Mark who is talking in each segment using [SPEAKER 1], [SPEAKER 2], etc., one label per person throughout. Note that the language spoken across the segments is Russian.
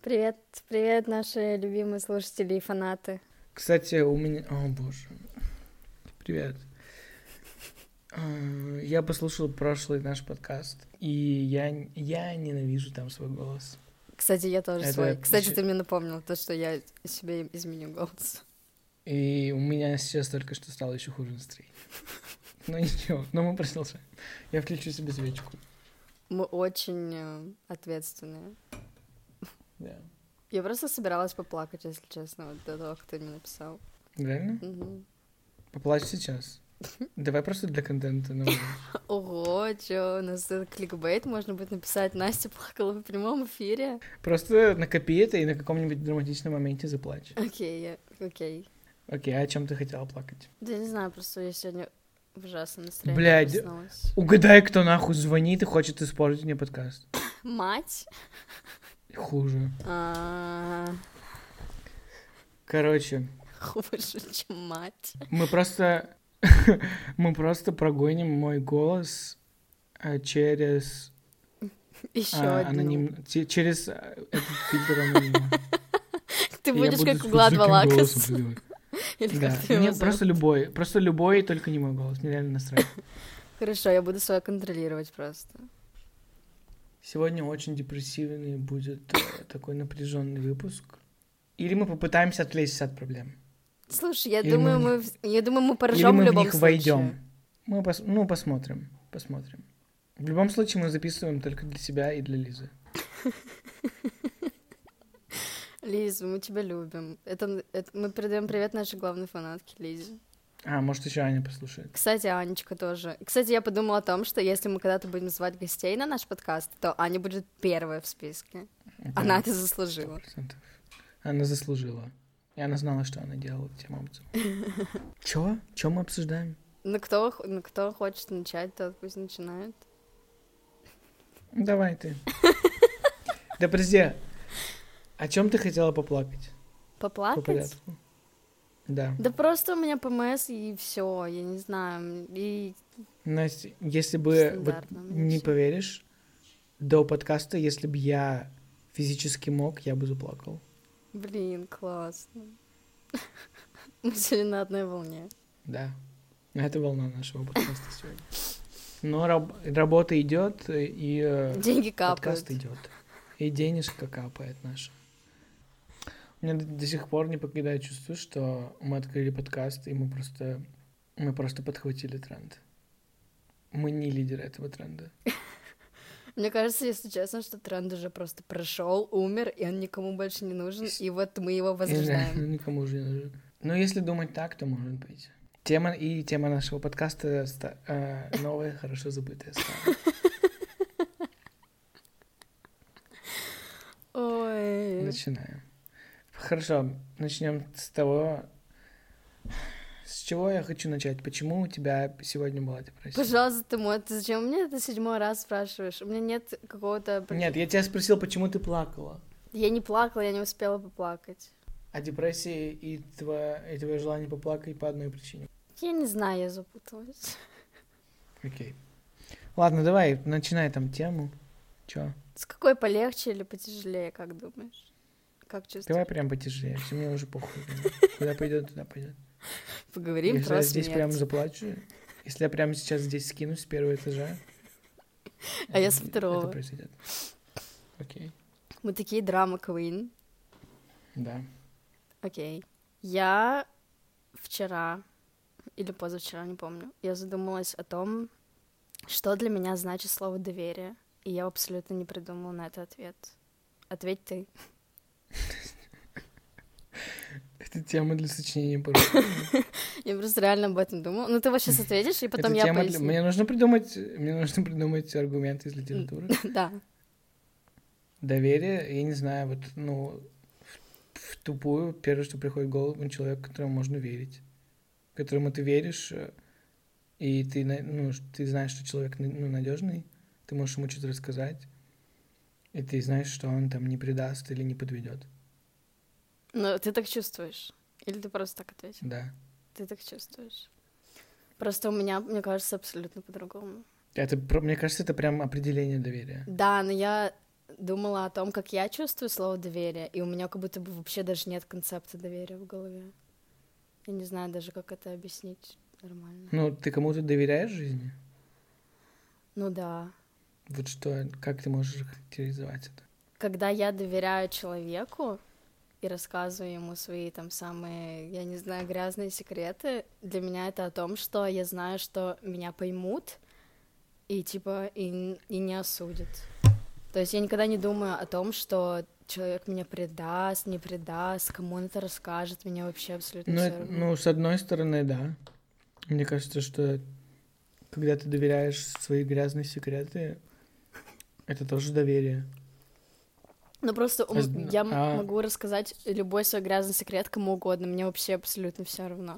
[SPEAKER 1] Привет, привет, наши любимые слушатели и фанаты.
[SPEAKER 2] Кстати, у меня... О, боже. Привет. Э, Я послушал прошлый наш подкаст, и я, я ненавижу там свой голос.
[SPEAKER 1] Кстати, я тоже
[SPEAKER 2] Это
[SPEAKER 1] свой. Кстати,
[SPEAKER 2] ещё-
[SPEAKER 1] ты мне напомнил то, что я себе изменю голос.
[SPEAKER 2] И у меня сейчас только что стало еще хуже настроение. Но ничего, но мы продолжаем. Я включу себе свечку.
[SPEAKER 1] Мы очень э, ответственные.
[SPEAKER 2] Да.
[SPEAKER 1] Я просто собиралась поплакать, если честно, вот до того, как ты мне написал.
[SPEAKER 2] Реально?
[SPEAKER 1] Мгм.
[SPEAKER 2] Поплачь сейчас. Давай просто для контента. ну,
[SPEAKER 1] Ого, чё, у нас этот кликбейт можно будет написать. Настя плакала в прямом эфире.
[SPEAKER 2] Просто накопи это и на каком-нибудь драматичном моменте заплачь.
[SPEAKER 1] Окей, я- окей.
[SPEAKER 2] Окей, а о чем ты хотела плакать?
[SPEAKER 1] Да я не знаю, просто я сегодня в ужасном настроении
[SPEAKER 2] Блядь.
[SPEAKER 1] проснулась.
[SPEAKER 2] Угадай, кто нахуй звонит и хочет испортить мне подкаст.
[SPEAKER 1] Мать?
[SPEAKER 2] Хуже.
[SPEAKER 1] А,
[SPEAKER 2] Короче,
[SPEAKER 1] Хуже, чем мать.
[SPEAKER 2] мы просто... Мы просто прогоним мой голос э, через...
[SPEAKER 1] Еще
[SPEAKER 2] а,
[SPEAKER 1] одну.
[SPEAKER 2] аноним- те- Через э, этот фильтр анонима.
[SPEAKER 1] Ты
[SPEAKER 2] И я
[SPEAKER 1] будешь
[SPEAKER 2] буду
[SPEAKER 1] как
[SPEAKER 2] с
[SPEAKER 1] Влад
[SPEAKER 2] таким голосом
[SPEAKER 1] Валакас.
[SPEAKER 2] придумывать.
[SPEAKER 1] Или
[SPEAKER 2] Да,
[SPEAKER 1] как ты его
[SPEAKER 2] мне
[SPEAKER 1] зовут.
[SPEAKER 2] просто любой, просто любой, только не мой голос, мне реально насрать.
[SPEAKER 1] Хорошо, я буду свое контролировать просто.
[SPEAKER 2] Сегодня очень депрессивный будет э, такой напряженный выпуск. Или мы попытаемся отвлечься от проблем.
[SPEAKER 1] Слушай, я
[SPEAKER 2] Или
[SPEAKER 1] думаю,
[SPEAKER 2] мы
[SPEAKER 1] мы, в- я думаю, мы
[SPEAKER 2] Или
[SPEAKER 1] поржем
[SPEAKER 2] мы
[SPEAKER 1] в
[SPEAKER 2] в
[SPEAKER 1] любом
[SPEAKER 2] них
[SPEAKER 1] случае.
[SPEAKER 2] войдем. Мы пос- ну, посмотрим, посмотрим. В любом случае мы записываем только для себя и для Лизы.
[SPEAKER 1] Лиза, мы тебя любим. Это, это- мы передаем привет нашей главной фанатке Лизе.
[SPEAKER 2] А, может, еще Аня послушает.
[SPEAKER 1] Кстати, Анечка тоже. Кстати, я подумала о том, что если мы когда-то будем звать гостей на наш подкаст, то Аня будет первая в списке. Она это заслужила.
[SPEAKER 2] 100%. Она заслужила. И она знала, что она делала тем образом. Чё? Чё мы обсуждаем?
[SPEAKER 1] Ну кто, х- ну, кто хочет начать, тот пусть начинает.
[SPEAKER 2] Ну, Давай ты. Да подожди. О чем ты хотела поплакать? По
[SPEAKER 1] Поплакать?
[SPEAKER 2] порядку. Да.
[SPEAKER 1] Да просто у меня МС и все, я не знаю. И
[SPEAKER 2] Настя, если бы вот
[SPEAKER 1] Стандартно, ну,
[SPEAKER 2] не
[SPEAKER 1] всё.
[SPEAKER 2] поверишь, до подкаста, если бы я физически мог, я бы заплакал.
[SPEAKER 1] Блин, классно. Мы сегодня на одной волне.
[SPEAKER 2] Да. Это волна нашего подкаста сегодня. Но раб- работа идет, и э,
[SPEAKER 1] Деньги капают.
[SPEAKER 2] подкаст идет. И денежка капает наша. У меня до, до сих пор не покидает чувство, что мы открыли подкаст, и мы просто, мы просто подхватили тренд. Мы не лидеры этого тренда.
[SPEAKER 1] Мне кажется, если честно, что тренд уже просто прошел, умер, и он никому больше не нужен, и вот мы его
[SPEAKER 2] Я не знаю,
[SPEAKER 1] возрождаем.
[SPEAKER 2] ну, никому уже не нужен. Но если думать так, то может быть. Тема и тема нашего подкаста ста- э, новая, хорошо забытая старая.
[SPEAKER 1] Ой.
[SPEAKER 2] Начинаем. Хорошо, начнем с того, с чего я хочу начать. Почему у тебя сегодня была депрессия?
[SPEAKER 1] Пожалуйста, ты мой, ты зачем мне это седьмой раз спрашиваешь? У меня нет какого-то... при-
[SPEAKER 2] Нет, я тебя спросил, почему ты плакала.
[SPEAKER 1] Я не плакала, я не успела поплакать.
[SPEAKER 2] А депрессия и твое, и твое желание поплакать по одной причине.
[SPEAKER 1] Я не знаю, я запуталась.
[SPEAKER 2] Окей. Ладно, давай, начинай там тему. Чё?
[SPEAKER 1] С какой полегче или потяжелее, как думаешь? Как чувствуешь?
[SPEAKER 2] Давай прям потяжелее, все, мне уже похуй. Куда пойдет, туда пойдет.
[SPEAKER 1] Поговорим
[SPEAKER 2] Если
[SPEAKER 1] про
[SPEAKER 2] я здесь
[SPEAKER 1] смерть.
[SPEAKER 2] прям заплачу, если я прямо сейчас здесь скинусь с первого этажа.
[SPEAKER 1] А я
[SPEAKER 2] это-
[SPEAKER 1] с второго.
[SPEAKER 2] Это произойдет. Окей.
[SPEAKER 1] Мы такие драма queen.
[SPEAKER 2] Да.
[SPEAKER 1] Окей. Я вчера или позавчера, не помню, я задумалась о том, что для меня значит слово доверие, и я абсолютно не придумала на это ответ. Ответь ты.
[SPEAKER 2] Это тема для сочинения по-русски.
[SPEAKER 1] Я просто реально об этом думала. Ну ты вот сейчас ответишь, и потом
[SPEAKER 2] Это
[SPEAKER 1] я
[SPEAKER 2] тема для-
[SPEAKER 1] поясню.
[SPEAKER 2] Мне нужно придумать, мне нужно придумать аргумент из литературы.
[SPEAKER 1] Да.
[SPEAKER 2] Доверие, я не знаю, вот, ну, в- в тупую первое, что приходит в голову, ну, человек, которому можно верить, которому ты веришь, э, и ты, на- ну, ш- ты знаешь, что человек на- ну, надежный, ты можешь ему что-то рассказать, и ты знаешь, что он там не предаст или не подведет.
[SPEAKER 1] Но ты так чувствуешь. Или ты просто так ответил?
[SPEAKER 2] Да.
[SPEAKER 1] Ты так чувствуешь. Просто у меня, мне кажется, абсолютно по-другому.
[SPEAKER 2] Это, про- мне кажется, это прям определение доверия.
[SPEAKER 1] Да, но я думала о том, как я чувствую слово доверие, и у меня как будто бы вообще даже нет концепта доверия в голове. Я не знаю даже, как это объяснить нормально.
[SPEAKER 2] Ну, ты кому-то доверяешь в жизни?
[SPEAKER 1] Ну да.
[SPEAKER 2] Вот что, как ты можешь характеризовать это?
[SPEAKER 1] Когда я доверяю человеку и рассказываю ему свои там самые, я не знаю, грязные секреты, для меня это о том, что я знаю, что меня поймут и типа и, и не осудят. То есть я никогда не думаю о том, что человек меня предаст, не предаст, кому он это расскажет, меня вообще абсолютно
[SPEAKER 2] Ну,
[SPEAKER 1] всё
[SPEAKER 2] это-
[SPEAKER 1] равно.
[SPEAKER 2] ну, с одной стороны, да. Мне кажется, что когда ты доверяешь свои грязные секреты, это тоже доверие.
[SPEAKER 1] Ну просто у м-
[SPEAKER 2] Возможно.
[SPEAKER 1] я м-
[SPEAKER 2] А.
[SPEAKER 1] могу рассказать любой свой грязный секрет кому угодно, мне вообще абсолютно все равно.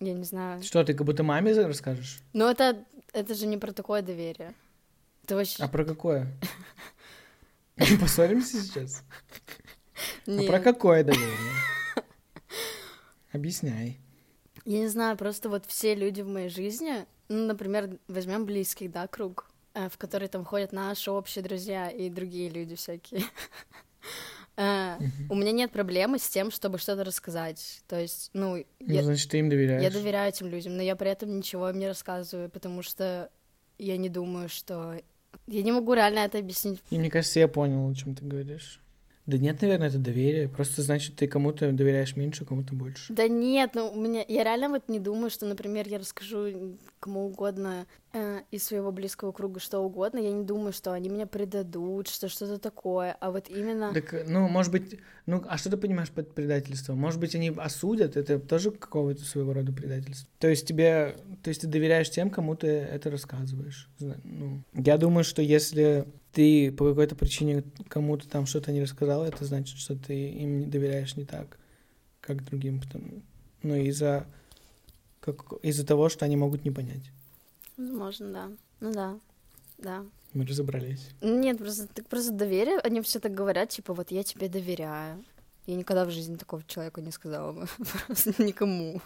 [SPEAKER 1] Я не знаю.
[SPEAKER 2] Что, ты как будто маме за- расскажешь?
[SPEAKER 1] Но Ну, это это же не про такое доверие. Ты вообще
[SPEAKER 2] А про какое? Мы Поссоримся сейчас? А
[SPEAKER 1] не-
[SPEAKER 2] про какое доверие? Объясняй.
[SPEAKER 1] Я не знаю, просто вот все люди в моей жизни, ну, например, возьмем близкий, да, круг, э, в который там ходят наши общие друзья и другие люди всякие. Э, У меня нет проблемы с тем, чтобы что-то рассказать. То есть, ну,
[SPEAKER 2] Ну,
[SPEAKER 1] я
[SPEAKER 2] значит, ты им
[SPEAKER 1] я
[SPEAKER 2] доверяешь.
[SPEAKER 1] доверяю этим людям, но я при этом ничего им не рассказываю, потому что я не думаю, что... Я не могу реально это объяснить.
[SPEAKER 2] И мне кажется, я понял, о чем ты говоришь. Да нет, наверное, это доверие. Просто значит, ты кому-то доверяешь меньше, кому-то больше.
[SPEAKER 1] Да нет, ну, у меня... Я реально вот не думаю, что, например, я расскажу кому угодно э, из своего близкого круга что угодно. Я не думаю, что они меня предадут, что что-то такое. А вот именно...
[SPEAKER 2] Так, ну, может быть, ну, а что ты понимаешь под предательством? Может быть, они осудят, это тоже какого-то своего рода предательство. То есть тебе, то есть ты доверяешь тем, кому ты это рассказываешь. Зна- Ну, я думаю, что если ты по какой-то причине кому-то там что-то не рассказал, это значит, что ты им не доверяешь не так, как другим, потому, ну, из-за как, из-за того, что они могут не понять.
[SPEAKER 1] Возможно, да. Ну да, да.
[SPEAKER 2] Мы разобрались.
[SPEAKER 1] Нет, просто, так просто доверие, они все так говорят, типа, вот я тебе доверяю. Я никогда в жизни такого человеку не сказала бы. Просто никому.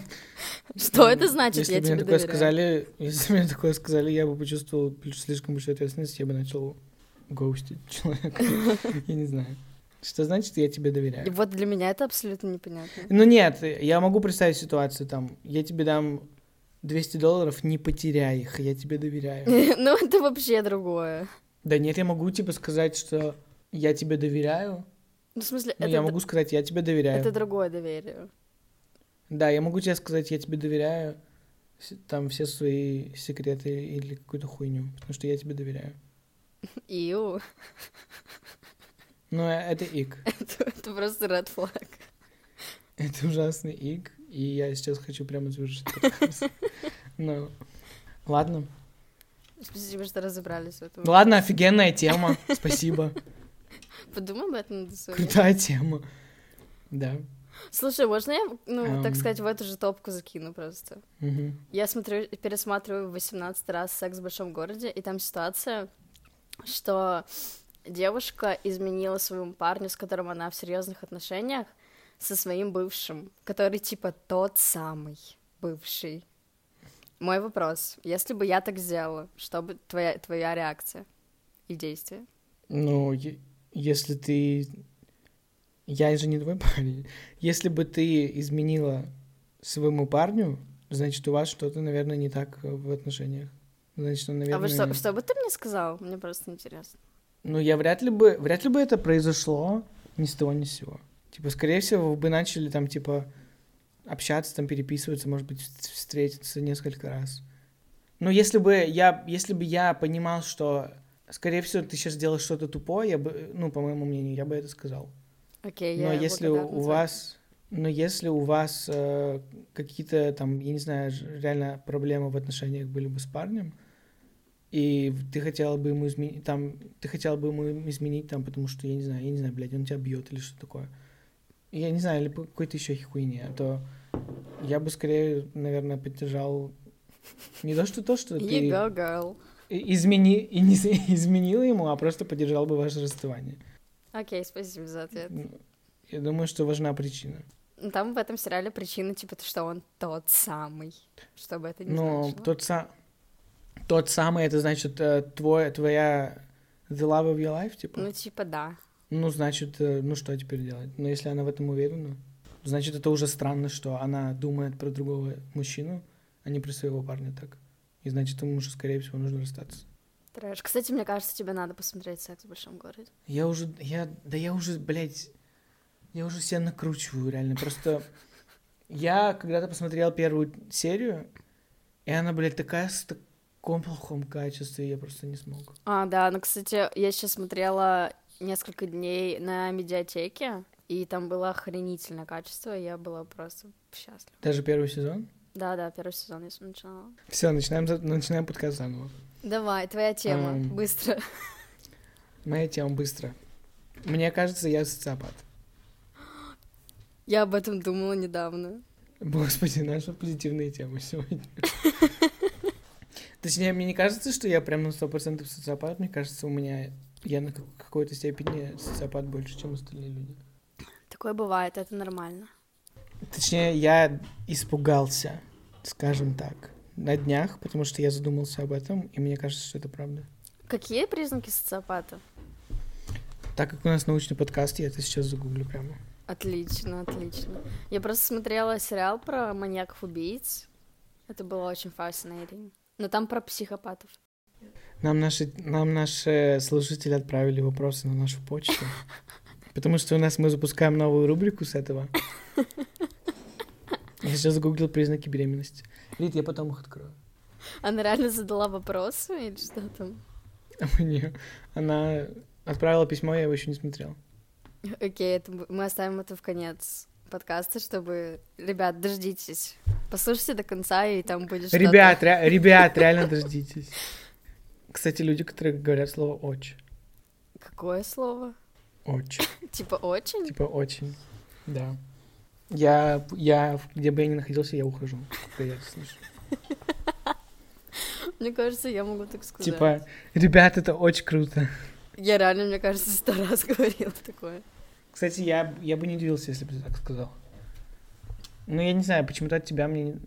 [SPEAKER 1] Что это значит,
[SPEAKER 2] Ну, Если
[SPEAKER 1] я
[SPEAKER 2] бы мне
[SPEAKER 1] тебе
[SPEAKER 2] такое
[SPEAKER 1] доверяю?
[SPEAKER 2] сказали, если бы мне такое сказали, я бы почувствовал слишком большую ответственность, я бы начал гоустить человека. Я не знаю. Что значит, я тебе
[SPEAKER 1] И
[SPEAKER 2] доверяю?
[SPEAKER 1] вот для меня это абсолютно непонятно.
[SPEAKER 2] Ну нет, я могу представить ситуацию там. Я тебе дам 200 долларов, не потеряй их, я тебе доверяю.
[SPEAKER 1] Ну, это вообще другое.
[SPEAKER 2] Да нет, я могу типа сказать, что я тебе доверяю.
[SPEAKER 1] Ну, в смысле,
[SPEAKER 2] Ну,
[SPEAKER 1] это
[SPEAKER 2] я
[SPEAKER 1] д-
[SPEAKER 2] могу сказать, я тебе доверяю.
[SPEAKER 1] это другое доверие.
[SPEAKER 2] Да, я могу тебе сказать, я тебе доверяю с- там все свои секреты или какую-то хуйню, потому что я тебе доверяю.
[SPEAKER 1] Иу,
[SPEAKER 2] Ну, э, это ик.
[SPEAKER 1] это это просто red flag.
[SPEAKER 2] Это ужасный ик, и я сейчас хочу прямо завершить подкаст. Ну, ладно.
[SPEAKER 1] Спасибо, что разобрались в этом.
[SPEAKER 2] Ладно, офигенная тема. Спасибо.
[SPEAKER 1] Подумай об этом на досуге.
[SPEAKER 2] Крутая тема. Да.
[SPEAKER 1] Слушай, можно я, ну,
[SPEAKER 2] Эм.
[SPEAKER 1] так сказать, в эту же топку закину просто?
[SPEAKER 2] Мгм.
[SPEAKER 1] Я смотрю, пересматриваю 18 раз «Секс в большом городе», и там ситуация, что девушка изменила своему парню, с которым она в серьезных отношениях, со своим бывшим, который типа тот самый бывший. Мой вопрос, если бы я так сделала, что бы твоя, твоя реакция и действие?
[SPEAKER 2] Ну, е- если ты... Я же не твой парень. Если бы ты изменила своему парню, значит, у вас что-то, наверное, не так э, в отношениях. Значит, он, наверное...
[SPEAKER 1] А вы что, что бы ты мне сказал? Мне просто интересно.
[SPEAKER 2] Ну, я вряд ли бы, вряд ли бы это произошло ни с того, ни с сего. Типа, скорее всего, вы бы начали там, типа, общаться, там, переписываться, может быть, вс- встретиться несколько раз. Но если бы я, если бы я понимал, что, скорее всего, ты сейчас делаешь что-то тупое, я бы, ну, по моему мнению, я бы это сказал.
[SPEAKER 1] Окей,
[SPEAKER 2] Но
[SPEAKER 1] я
[SPEAKER 2] Ну, если у-
[SPEAKER 1] благодарна
[SPEAKER 2] у
[SPEAKER 1] за-
[SPEAKER 2] вас, но если у вас э, какие-то там, я не знаю, ж- реально проблемы в отношениях были бы с парнем, и в- ты хотела бы ему изменить, там, ты хотела бы ему им изменить, там, потому что, я не знаю, я не знаю, блядь, он тебя бьет или что такое. Я не знаю, или по какой-то еще хуйне, а то я бы скорее, наверное, поддержал не то, что то, что
[SPEAKER 1] You
[SPEAKER 2] ты
[SPEAKER 1] go, girl.
[SPEAKER 2] и- измени, и не з- изменила ему, а просто поддержал бы ваше расставание.
[SPEAKER 1] Окей, спасибо за ответ.
[SPEAKER 2] Ну, Я думаю, что важна причина.
[SPEAKER 1] Ну, Там в этом сериале причина, типа, то, что он тот самый, чтобы это не
[SPEAKER 2] Но
[SPEAKER 1] значило.
[SPEAKER 2] тот, са... тот самый, это значит, э, твой, твоя The love of your life, типа?
[SPEAKER 1] Ну, типа, да.
[SPEAKER 2] Ну, значит, э, ну что теперь делать? Но если она в этом уверена, значит, это уже странно, что она думает про другого мужчину, а не про своего парня так. И значит, ему уже, скорее всего, нужно расстаться.
[SPEAKER 1] Трэш. Кстати, мне кажется, тебе надо посмотреть «Секс в большом городе».
[SPEAKER 2] Я уже, я, да я уже, блядь, я уже себя накручиваю, реально. Просто я когда-то посмотрел первую серию, и она, блядь, такая с таком плохом качестве, я просто не смог.
[SPEAKER 1] А, да, ну, кстати, я сейчас смотрела несколько дней на медиатеке, и там было охренительное качество, и я была просто счастлива.
[SPEAKER 2] Даже первый сезон?
[SPEAKER 1] Да-да, первый сезон я с- начинала.
[SPEAKER 2] Все, начинаем, за- начинаем подкаст заново.
[SPEAKER 1] Давай, твоя тема,
[SPEAKER 2] Эм.
[SPEAKER 1] быстро.
[SPEAKER 2] Моя тема быстро. Мне кажется, я социопат.
[SPEAKER 1] Я об этом думала недавно.
[SPEAKER 2] Господи, наши позитивные темы сегодня. Точнее, мне не кажется, что я прям на 100% социопат. Мне кажется, у меня... Я на как- какой-то степени социопат больше, чем остальные люди.
[SPEAKER 1] Такое бывает, это нормально.
[SPEAKER 2] Точнее, я испугался, скажем так, на днях, потому что я задумался об этом, и мне кажется, что это правда.
[SPEAKER 1] Какие признаки социопата?
[SPEAKER 2] Так как у нас научный подкаст, я это сейчас загуглю прямо.
[SPEAKER 1] Отлично, отлично. Я просто смотрела сериал про маньяков-убийц. Это было очень fascinating. Но там про психопатов.
[SPEAKER 2] Нам наши, нам наши слушатели отправили вопросы на нашу почту. Потому что у нас мы запускаем новую рубрику с этого. Я сейчас загуглил признаки беременности. Лид, я потом их открою.
[SPEAKER 1] Она реально задала вопросы или что там?
[SPEAKER 2] А мне- Она отправила письмо, я его еще не смотрел.
[SPEAKER 1] Окей, это бу- мы оставим это в конец подкаста, чтобы... Ребят, дождитесь. Послушайте до конца, и там будет что-то.
[SPEAKER 2] Ребят, ре- ребят, реально дождитесь. Кстати, люди, которые говорят слово «оч».
[SPEAKER 1] Какое слово?
[SPEAKER 2] «Оч».
[SPEAKER 1] Типа очень?
[SPEAKER 2] Типа «очень». Да. Я, я, где бы я ни находился, я ухожу. когда я это слышу.
[SPEAKER 1] Мне кажется, я могу так сказать.
[SPEAKER 2] Типа, ребят, это очень круто.
[SPEAKER 1] Я реально, мне кажется, сто раз говорила такое.
[SPEAKER 2] Кстати, я, я бы не удивился, если бы ты так сказал. Ну, я не знаю, почему-то от тебя мне... не-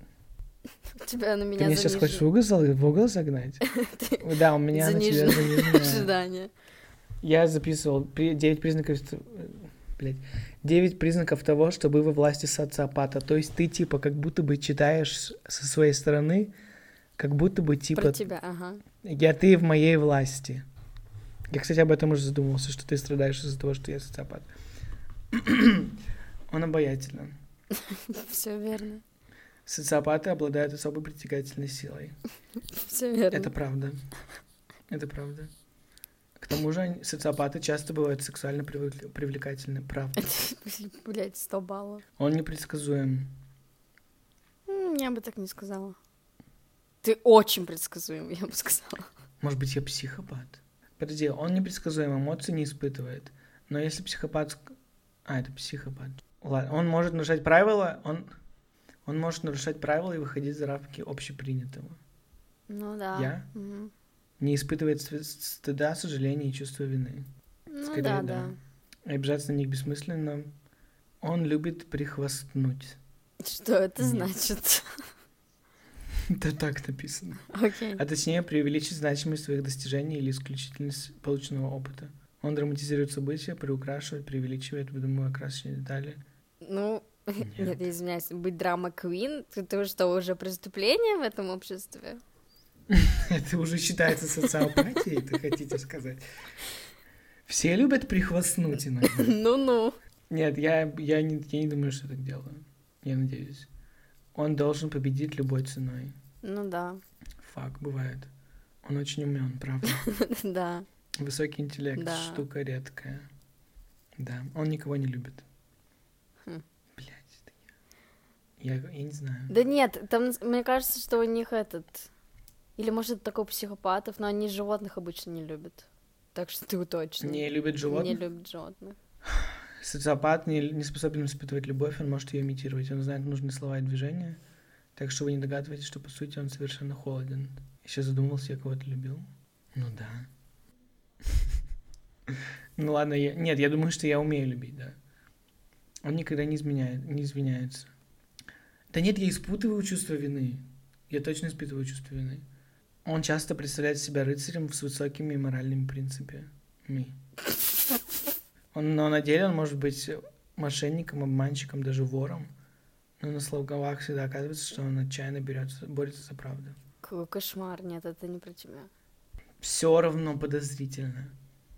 [SPEAKER 1] Тебя на
[SPEAKER 2] Ты
[SPEAKER 1] меня
[SPEAKER 2] меня сейчас хочешь в
[SPEAKER 1] занижены
[SPEAKER 2] угол, зал- в угол загнать? Да, у меня на тебя
[SPEAKER 1] занижен.
[SPEAKER 2] заниженная.
[SPEAKER 1] ожидания.
[SPEAKER 2] Я записывал 9 признаков... ст- Блядь. 9 признаков того, что вы во власти социопата. То есть ты, типа, как будто бы читаешь с- со своей стороны, как будто бы,
[SPEAKER 1] Про
[SPEAKER 2] типа,
[SPEAKER 1] тебя, ага.
[SPEAKER 2] я ты в моей власти. Я, кстати, об этом уже задумался, что ты страдаешь из-за того, что я социопат. Он обаятелен.
[SPEAKER 1] Все верно.
[SPEAKER 2] Социопаты обладают особой притягательной силой.
[SPEAKER 1] Все верно.
[SPEAKER 2] Это правда. Это правда. К тому же они- социопаты часто бывают сексуально привыкли- привлекательны, правда.
[SPEAKER 1] Блять, 100 баллов.
[SPEAKER 2] Он непредсказуем.
[SPEAKER 1] М, Я бы так не сказала. Ты очень предсказуем, я бы сказала.
[SPEAKER 2] Может быть, я психопат? Подожди, он непредсказуем, эмоций не испытывает. Но если психопат... ск- А, это психопат. Ладно, он может нарушать правила, он... Он может нарушать правила и выходить за рамки общепринятого.
[SPEAKER 1] Ну да.
[SPEAKER 2] Я?
[SPEAKER 1] Мгм.
[SPEAKER 2] Не испытывает св- стыда, сожаления и чувства вины.
[SPEAKER 1] Ну
[SPEAKER 2] Скорее,
[SPEAKER 1] да,
[SPEAKER 2] да.
[SPEAKER 1] да.
[SPEAKER 2] Обижаться на них бессмысленно. Он любит прихвастнуть.
[SPEAKER 1] Что это
[SPEAKER 2] Нет.
[SPEAKER 1] значит?
[SPEAKER 2] Это так написано.
[SPEAKER 1] Окей.
[SPEAKER 2] А точнее, преувеличить значимость своих достижений или исключительность полученного опыта. Он драматизирует события, приукрашивает, преувеличивает, выдумывая красочные детали.
[SPEAKER 1] Ну,
[SPEAKER 2] Нет.
[SPEAKER 1] нет, я извиняюсь, быть драма-квин, ты, ты что, уже преступление в этом обществе?
[SPEAKER 2] Это уже считается социопатией, это хотите сказать? Все любят прихвастнуть иногда.
[SPEAKER 1] Ну-ну.
[SPEAKER 2] Нет, я, я, не, я не думаю, что так делаю. Я надеюсь. Он должен победить любой ценой.
[SPEAKER 1] Ну да,
[SPEAKER 2] Фак, бывает. Он очень умен, правда.
[SPEAKER 1] да.
[SPEAKER 2] Высокий интеллект,
[SPEAKER 1] Да.
[SPEAKER 2] штука редкая. Да, он никого не любит.
[SPEAKER 1] Хм.
[SPEAKER 2] Блять, это я. Я, я не знаю.
[SPEAKER 1] Да нет, там, нас- мне кажется, что у них этот... Или, может, это такой психопатов, но они животных обычно не любят. Так что ты точно.
[SPEAKER 2] Не любит
[SPEAKER 1] Не
[SPEAKER 2] животных.
[SPEAKER 1] любят животных.
[SPEAKER 2] Социопат не, не способен испытывать любовь, он может ее имитировать. Он знает нужные слова и движения. Так что вы не догадываетесь, что по сути он совершенно холоден. Еще задумался, я кого-то любил. Ну да. Ну ладно, я... нет, я думаю, что я умею любить, да. Он никогда не, изменяет, не извиняется. Да нет, я испытываю чувство вины. Я точно испытываю чувство вины. Он часто представляет себя рыцарем с высокими моральными принципами. Он, но на деле он может быть мошенником, обманщиком, даже вором. Но на словах всегда оказывается, что он отчаянно берется, борется за правду.
[SPEAKER 1] Какой кошмар, нет, это не про тебя.
[SPEAKER 2] Все равно подозрительно.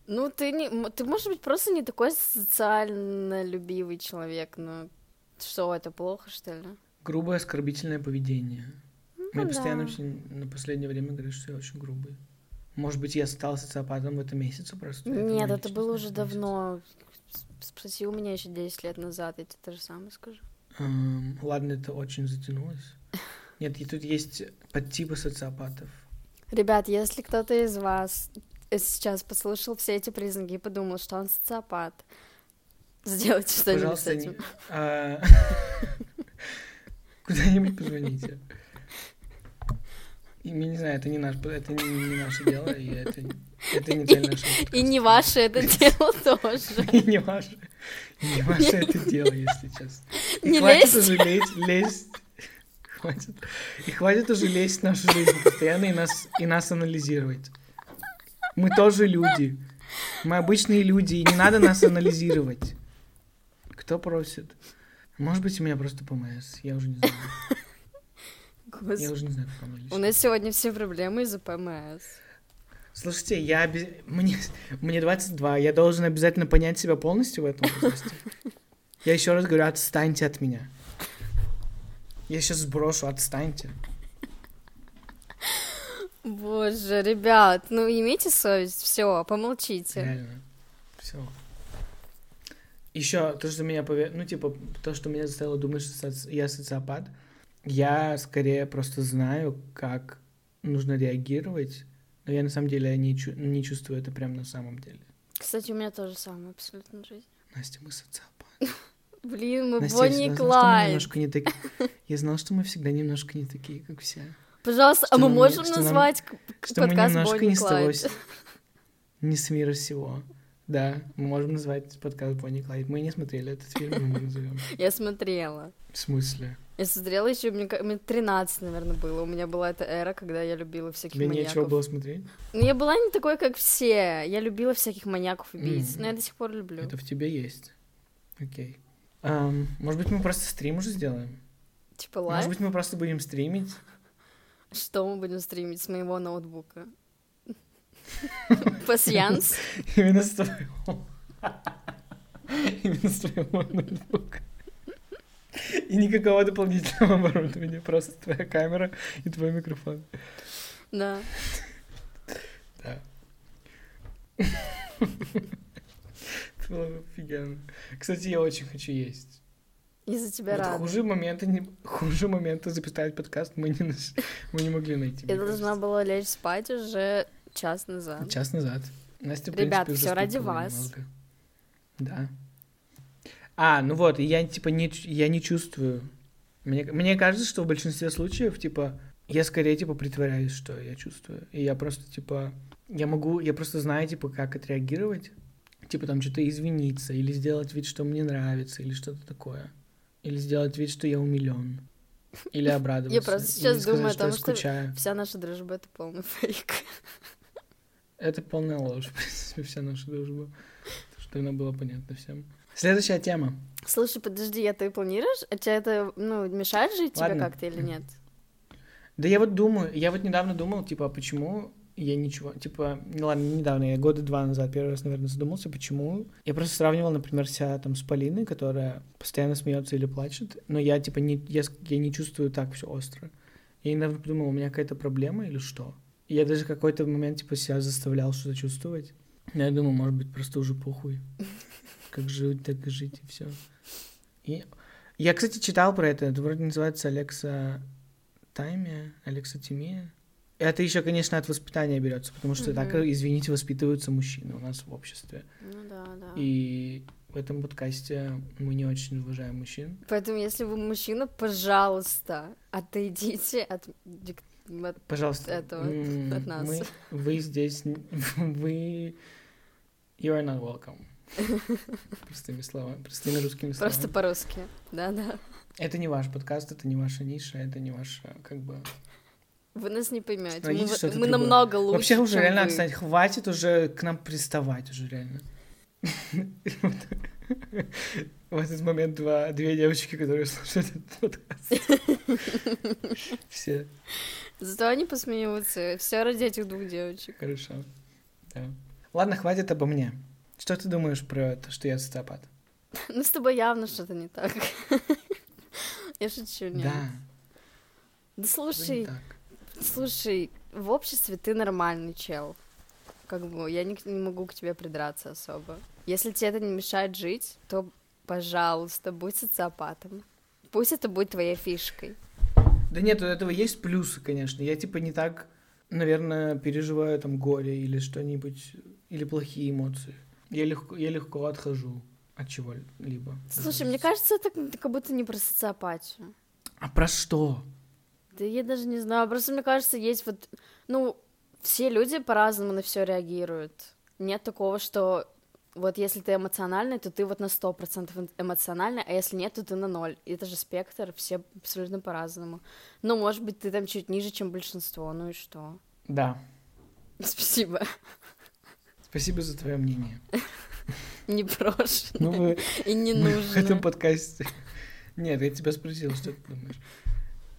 [SPEAKER 1] Ну, ты не. м- Ты, может быть, просто не такой социально любивый человек, но что, это плохо, что ли?
[SPEAKER 2] Грубое оскорбительное поведение. Мне
[SPEAKER 1] Ну да.
[SPEAKER 2] постоянно очень на последнее время говорят, что я очень грубый. Может быть, я стал социопатом в этом месяце просто?
[SPEAKER 1] нет,
[SPEAKER 2] моя
[SPEAKER 1] это было уже
[SPEAKER 2] личностная позиция.
[SPEAKER 1] давно. С- Спроси у меня еще 10 лет назад, я тебе то же самое скажу.
[SPEAKER 2] Эм, ладно, это очень затянулось. Нет, и тут есть подтипы социопатов.
[SPEAKER 1] Ребят, если кто-то из вас сейчас послушал все эти признаки и подумал, что он социопат, сделайте что-нибудь с
[SPEAKER 2] Пожалуйста, не-
[SPEAKER 1] этим.
[SPEAKER 2] а, куда-нибудь позвоните. И, я не знаю, это не, наш, это не, не наше дело, и это, это не цель нашего
[SPEAKER 1] И
[SPEAKER 2] подкаста.
[SPEAKER 1] не ваше это дело тоже.
[SPEAKER 2] И не ваше, и не ваше это дело, если честно. И
[SPEAKER 1] Не
[SPEAKER 2] хватит
[SPEAKER 1] лезьте.
[SPEAKER 2] уже лезть, лезть. Хватит. И хватит уже лезть в нашу жизнь постоянно и нас, и нас анализировать. Мы тоже люди. Мы обычные люди, и не надо нас анализировать. Кто просит? Может быть, у меня просто ПМС, я уже не знаю.
[SPEAKER 1] Господи.
[SPEAKER 2] Я уже не знаю, как оно лечится.
[SPEAKER 1] У нас сегодня все проблемы из-за ПМС.
[SPEAKER 2] Слушайте, я обе- мне... мне 22, я должен обязательно понять себя полностью в этом возрасте. Я еще раз говорю, отстаньте от меня. Я сейчас сброшу, отстаньте.
[SPEAKER 1] Боже, ребят, ну имейте совесть, все, помолчите.
[SPEAKER 2] Реально. Все. Еще то, что меня пове... ну типа то, что меня заставило думать, что соци- я социопат, я скорее просто знаю, как нужно реагировать, но я на самом деле не, чу- не чувствую это прям на самом деле.
[SPEAKER 1] Кстати, у меня тоже самое абсолютно в жизни.
[SPEAKER 2] Настя, мы социопаты.
[SPEAKER 1] Блин, мы
[SPEAKER 2] Настя, я
[SPEAKER 1] Бонни и
[SPEAKER 2] всегда знал, что
[SPEAKER 1] Клайд.
[SPEAKER 2] мы немножко не таки- Я знал, что мы всегда немножко не такие, как все.
[SPEAKER 1] Пожалуйста, а
[SPEAKER 2] что
[SPEAKER 1] мы
[SPEAKER 2] нам-
[SPEAKER 1] можем
[SPEAKER 2] что нам-
[SPEAKER 1] назвать к-
[SPEAKER 2] Что
[SPEAKER 1] Ну,
[SPEAKER 2] мы
[SPEAKER 1] подкаст
[SPEAKER 2] немножко
[SPEAKER 1] Бонни
[SPEAKER 2] не
[SPEAKER 1] и
[SPEAKER 2] с того...
[SPEAKER 1] Клайд?
[SPEAKER 2] с- Не с мира сего. Да, мы можем назвать подкаст Бонни и Клайд. Мы не смотрели этот фильм, но мы назовем.
[SPEAKER 1] Я смотрела.
[SPEAKER 2] В смысле?
[SPEAKER 1] Я смотрела еще, мне ка- мне 13, наверное, было. У меня была эта эра, когда я любила всяких
[SPEAKER 2] Тебе нечего
[SPEAKER 1] маньяков.
[SPEAKER 2] было смотреть?
[SPEAKER 1] Ну, я была не такой, как все. Я любила всяких маньяков убийц.
[SPEAKER 2] Мгм.
[SPEAKER 1] Но я до сих пор люблю.
[SPEAKER 2] Это в тебе есть. Окей. Ам, может быть, мы просто стрим уже сделаем?
[SPEAKER 1] Типа
[SPEAKER 2] Может
[SPEAKER 1] лайв.
[SPEAKER 2] быть, мы просто будем стримить?
[SPEAKER 1] Что мы будем стримить с моего ноутбука? Пасьянс.
[SPEAKER 2] Именно с твоего. Именно с твоего ноутбука. И никакого дополнительного оборудования, просто твоя камера и твой микрофон.
[SPEAKER 1] Да.
[SPEAKER 2] Это было бы офигенно. Кстати, я очень хочу есть.
[SPEAKER 1] Из-за тебя
[SPEAKER 2] Вот
[SPEAKER 1] рада.
[SPEAKER 2] хуже момента, не... хуже момента записать подкаст мы не, наш- мы не могли найти.
[SPEAKER 1] Я
[SPEAKER 2] мне
[SPEAKER 1] должна
[SPEAKER 2] кажется.
[SPEAKER 1] была лечь спать уже час назад.
[SPEAKER 2] Час назад. Настя, в
[SPEAKER 1] Ребят,
[SPEAKER 2] принципе, уже
[SPEAKER 1] всё ради
[SPEAKER 2] стукнула
[SPEAKER 1] вас.
[SPEAKER 2] немного. Да. А, ну вот, и я типа не, чу- я не чувствую. Мне, мне кажется, что в большинстве случаев, типа, я скорее, типа, притворяюсь, что я чувствую. И я просто, типа, я могу, я просто знаю, типа, как отреагировать. Типа, там, что-то извиниться, или сделать вид, что мне нравится, или что-то такое. Или сделать вид, что я умилен. Или обрадоваться.
[SPEAKER 1] просто
[SPEAKER 2] или
[SPEAKER 1] сейчас
[SPEAKER 2] сказать,
[SPEAKER 1] думаю о
[SPEAKER 2] что я
[SPEAKER 1] том, что-
[SPEAKER 2] скучаю.
[SPEAKER 1] Вся наша дружба — это полный фейк.
[SPEAKER 2] Это полная ложь, в принципе, вся наша дружба. Потому Что она была понятна всем. Следующая тема.
[SPEAKER 1] Слушай, подожди, а ты планируешь? А тебе это, ну, мешает жить тебе
[SPEAKER 2] Ладно.
[SPEAKER 1] как-то или нет?
[SPEAKER 2] Да я вот думаю, я вот недавно думал, типа, а почему я ничего, типа, ну ладно, не недавно, я года два назад первый раз, наверное, задумался, почему. Я просто сравнивал, например, себя там с Полиной, которая постоянно смеется или плачет, но я, типа, не, я, с- я не чувствую так все остро. Я недавно подумал, у меня какая-то проблема или что? И я даже какой-то момент, типа, себя заставлял что-то чувствовать. Но я думаю, может быть, просто уже похуй. Как жить, так и жить, и все. И... Я, кстати, читал про это. Это вроде называется Алекса Тайме, алекситимия. Это еще, конечно, от воспитания берется, потому что так,
[SPEAKER 1] Мгм.
[SPEAKER 2] извините, воспитываются мужчины у нас в обществе.
[SPEAKER 1] Ну да, да.
[SPEAKER 2] И в этом подкасте мы не очень уважаем мужчин.
[SPEAKER 1] Поэтому, если вы мужчина, пожалуйста, отойдите от... дик- от-
[SPEAKER 2] Пожалуйста.
[SPEAKER 1] Это вот
[SPEAKER 2] м,
[SPEAKER 1] от нас.
[SPEAKER 2] мы- вы здесь... н- Вы... You are not welcome. Простыми словами, простыми русскими словами.
[SPEAKER 1] Просто по-русски. Да-да.
[SPEAKER 2] Это не ваш подкаст, это не ваша ниша, это не ваша, как бы...
[SPEAKER 1] Вы нас не поймете.
[SPEAKER 2] Найдите
[SPEAKER 1] мы
[SPEAKER 2] что-то
[SPEAKER 1] мы
[SPEAKER 2] другое.
[SPEAKER 1] намного лучше.
[SPEAKER 2] Вообще уже
[SPEAKER 1] чем
[SPEAKER 2] реально,
[SPEAKER 1] вы.
[SPEAKER 2] кстати, хватит уже к нам приставать уже реально. В этот момент два, две девочки, которые слушают этот подкаст. Все,
[SPEAKER 1] Зато они посмеются. Все ради этих двух девочек.
[SPEAKER 2] хорошо. Да. Ладно, хватит обо мне. Что ты думаешь про то, что я социопат?
[SPEAKER 1] Ну, с тобой явно что-то не так. Я шучу, нет. Да
[SPEAKER 2] Да, это не
[SPEAKER 1] слушай,
[SPEAKER 2] так.
[SPEAKER 1] слушай, в обществе ты нормальный чел. Как бы я не, не могу к тебе придраться особо. Если тебе это не мешает жить, то, пожалуйста, будь социопатом. Пусть это будет твоей фишкой.
[SPEAKER 2] Да нет, у этого есть плюсы, конечно. Я типа не так, наверное, переживаю там горе или что-нибудь, или плохие эмоции. Я легко, я легко отхожу от чего-либо.
[SPEAKER 1] Слушай, мне кажется, это как будто не про социопатию.
[SPEAKER 2] А про что?
[SPEAKER 1] Да я даже не знаю, просто мне кажется, есть вот, ну, все люди по-разному на все реагируют. Нет такого, что вот если ты эмоциональный, то ты вот на 100% эн- эмоциональный, а если нет, то ты на ноль. И это же спектр, все абсолютно по-разному. Ну, может быть, ты там чуть ниже, чем большинство, ну и что?
[SPEAKER 2] Да.
[SPEAKER 1] Спасибо,
[SPEAKER 2] Спасибо за твое мнение.
[SPEAKER 1] не
[SPEAKER 2] Ну,
[SPEAKER 1] брошено
[SPEAKER 2] вы
[SPEAKER 1] и не
[SPEAKER 2] мы в этом
[SPEAKER 1] нужно.
[SPEAKER 2] подкасте... Нет, я тебя спросил, что ты думаешь.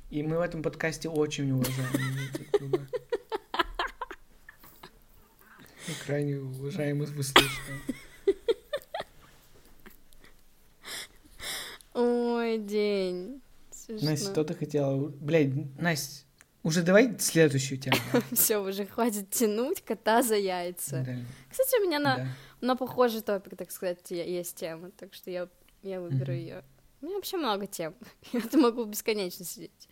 [SPEAKER 2] И мы в этом подкасте очень уважаемые друг друга. Ну, крайне уважаемые вы слышите.
[SPEAKER 1] Ой, день.
[SPEAKER 2] Настя, что ты хотела? Блядь, Настя, уже давай следующую тему. да?
[SPEAKER 1] Все, уже хватит тянуть кота за яйца.
[SPEAKER 2] Да,
[SPEAKER 1] Кстати, у меня на
[SPEAKER 2] да.
[SPEAKER 1] Но похожий топик, так сказать, е- есть тема, так что я, я выберу
[SPEAKER 2] Мгм.
[SPEAKER 1] ее. У меня вообще много тем, я тут могу бесконечно сидеть.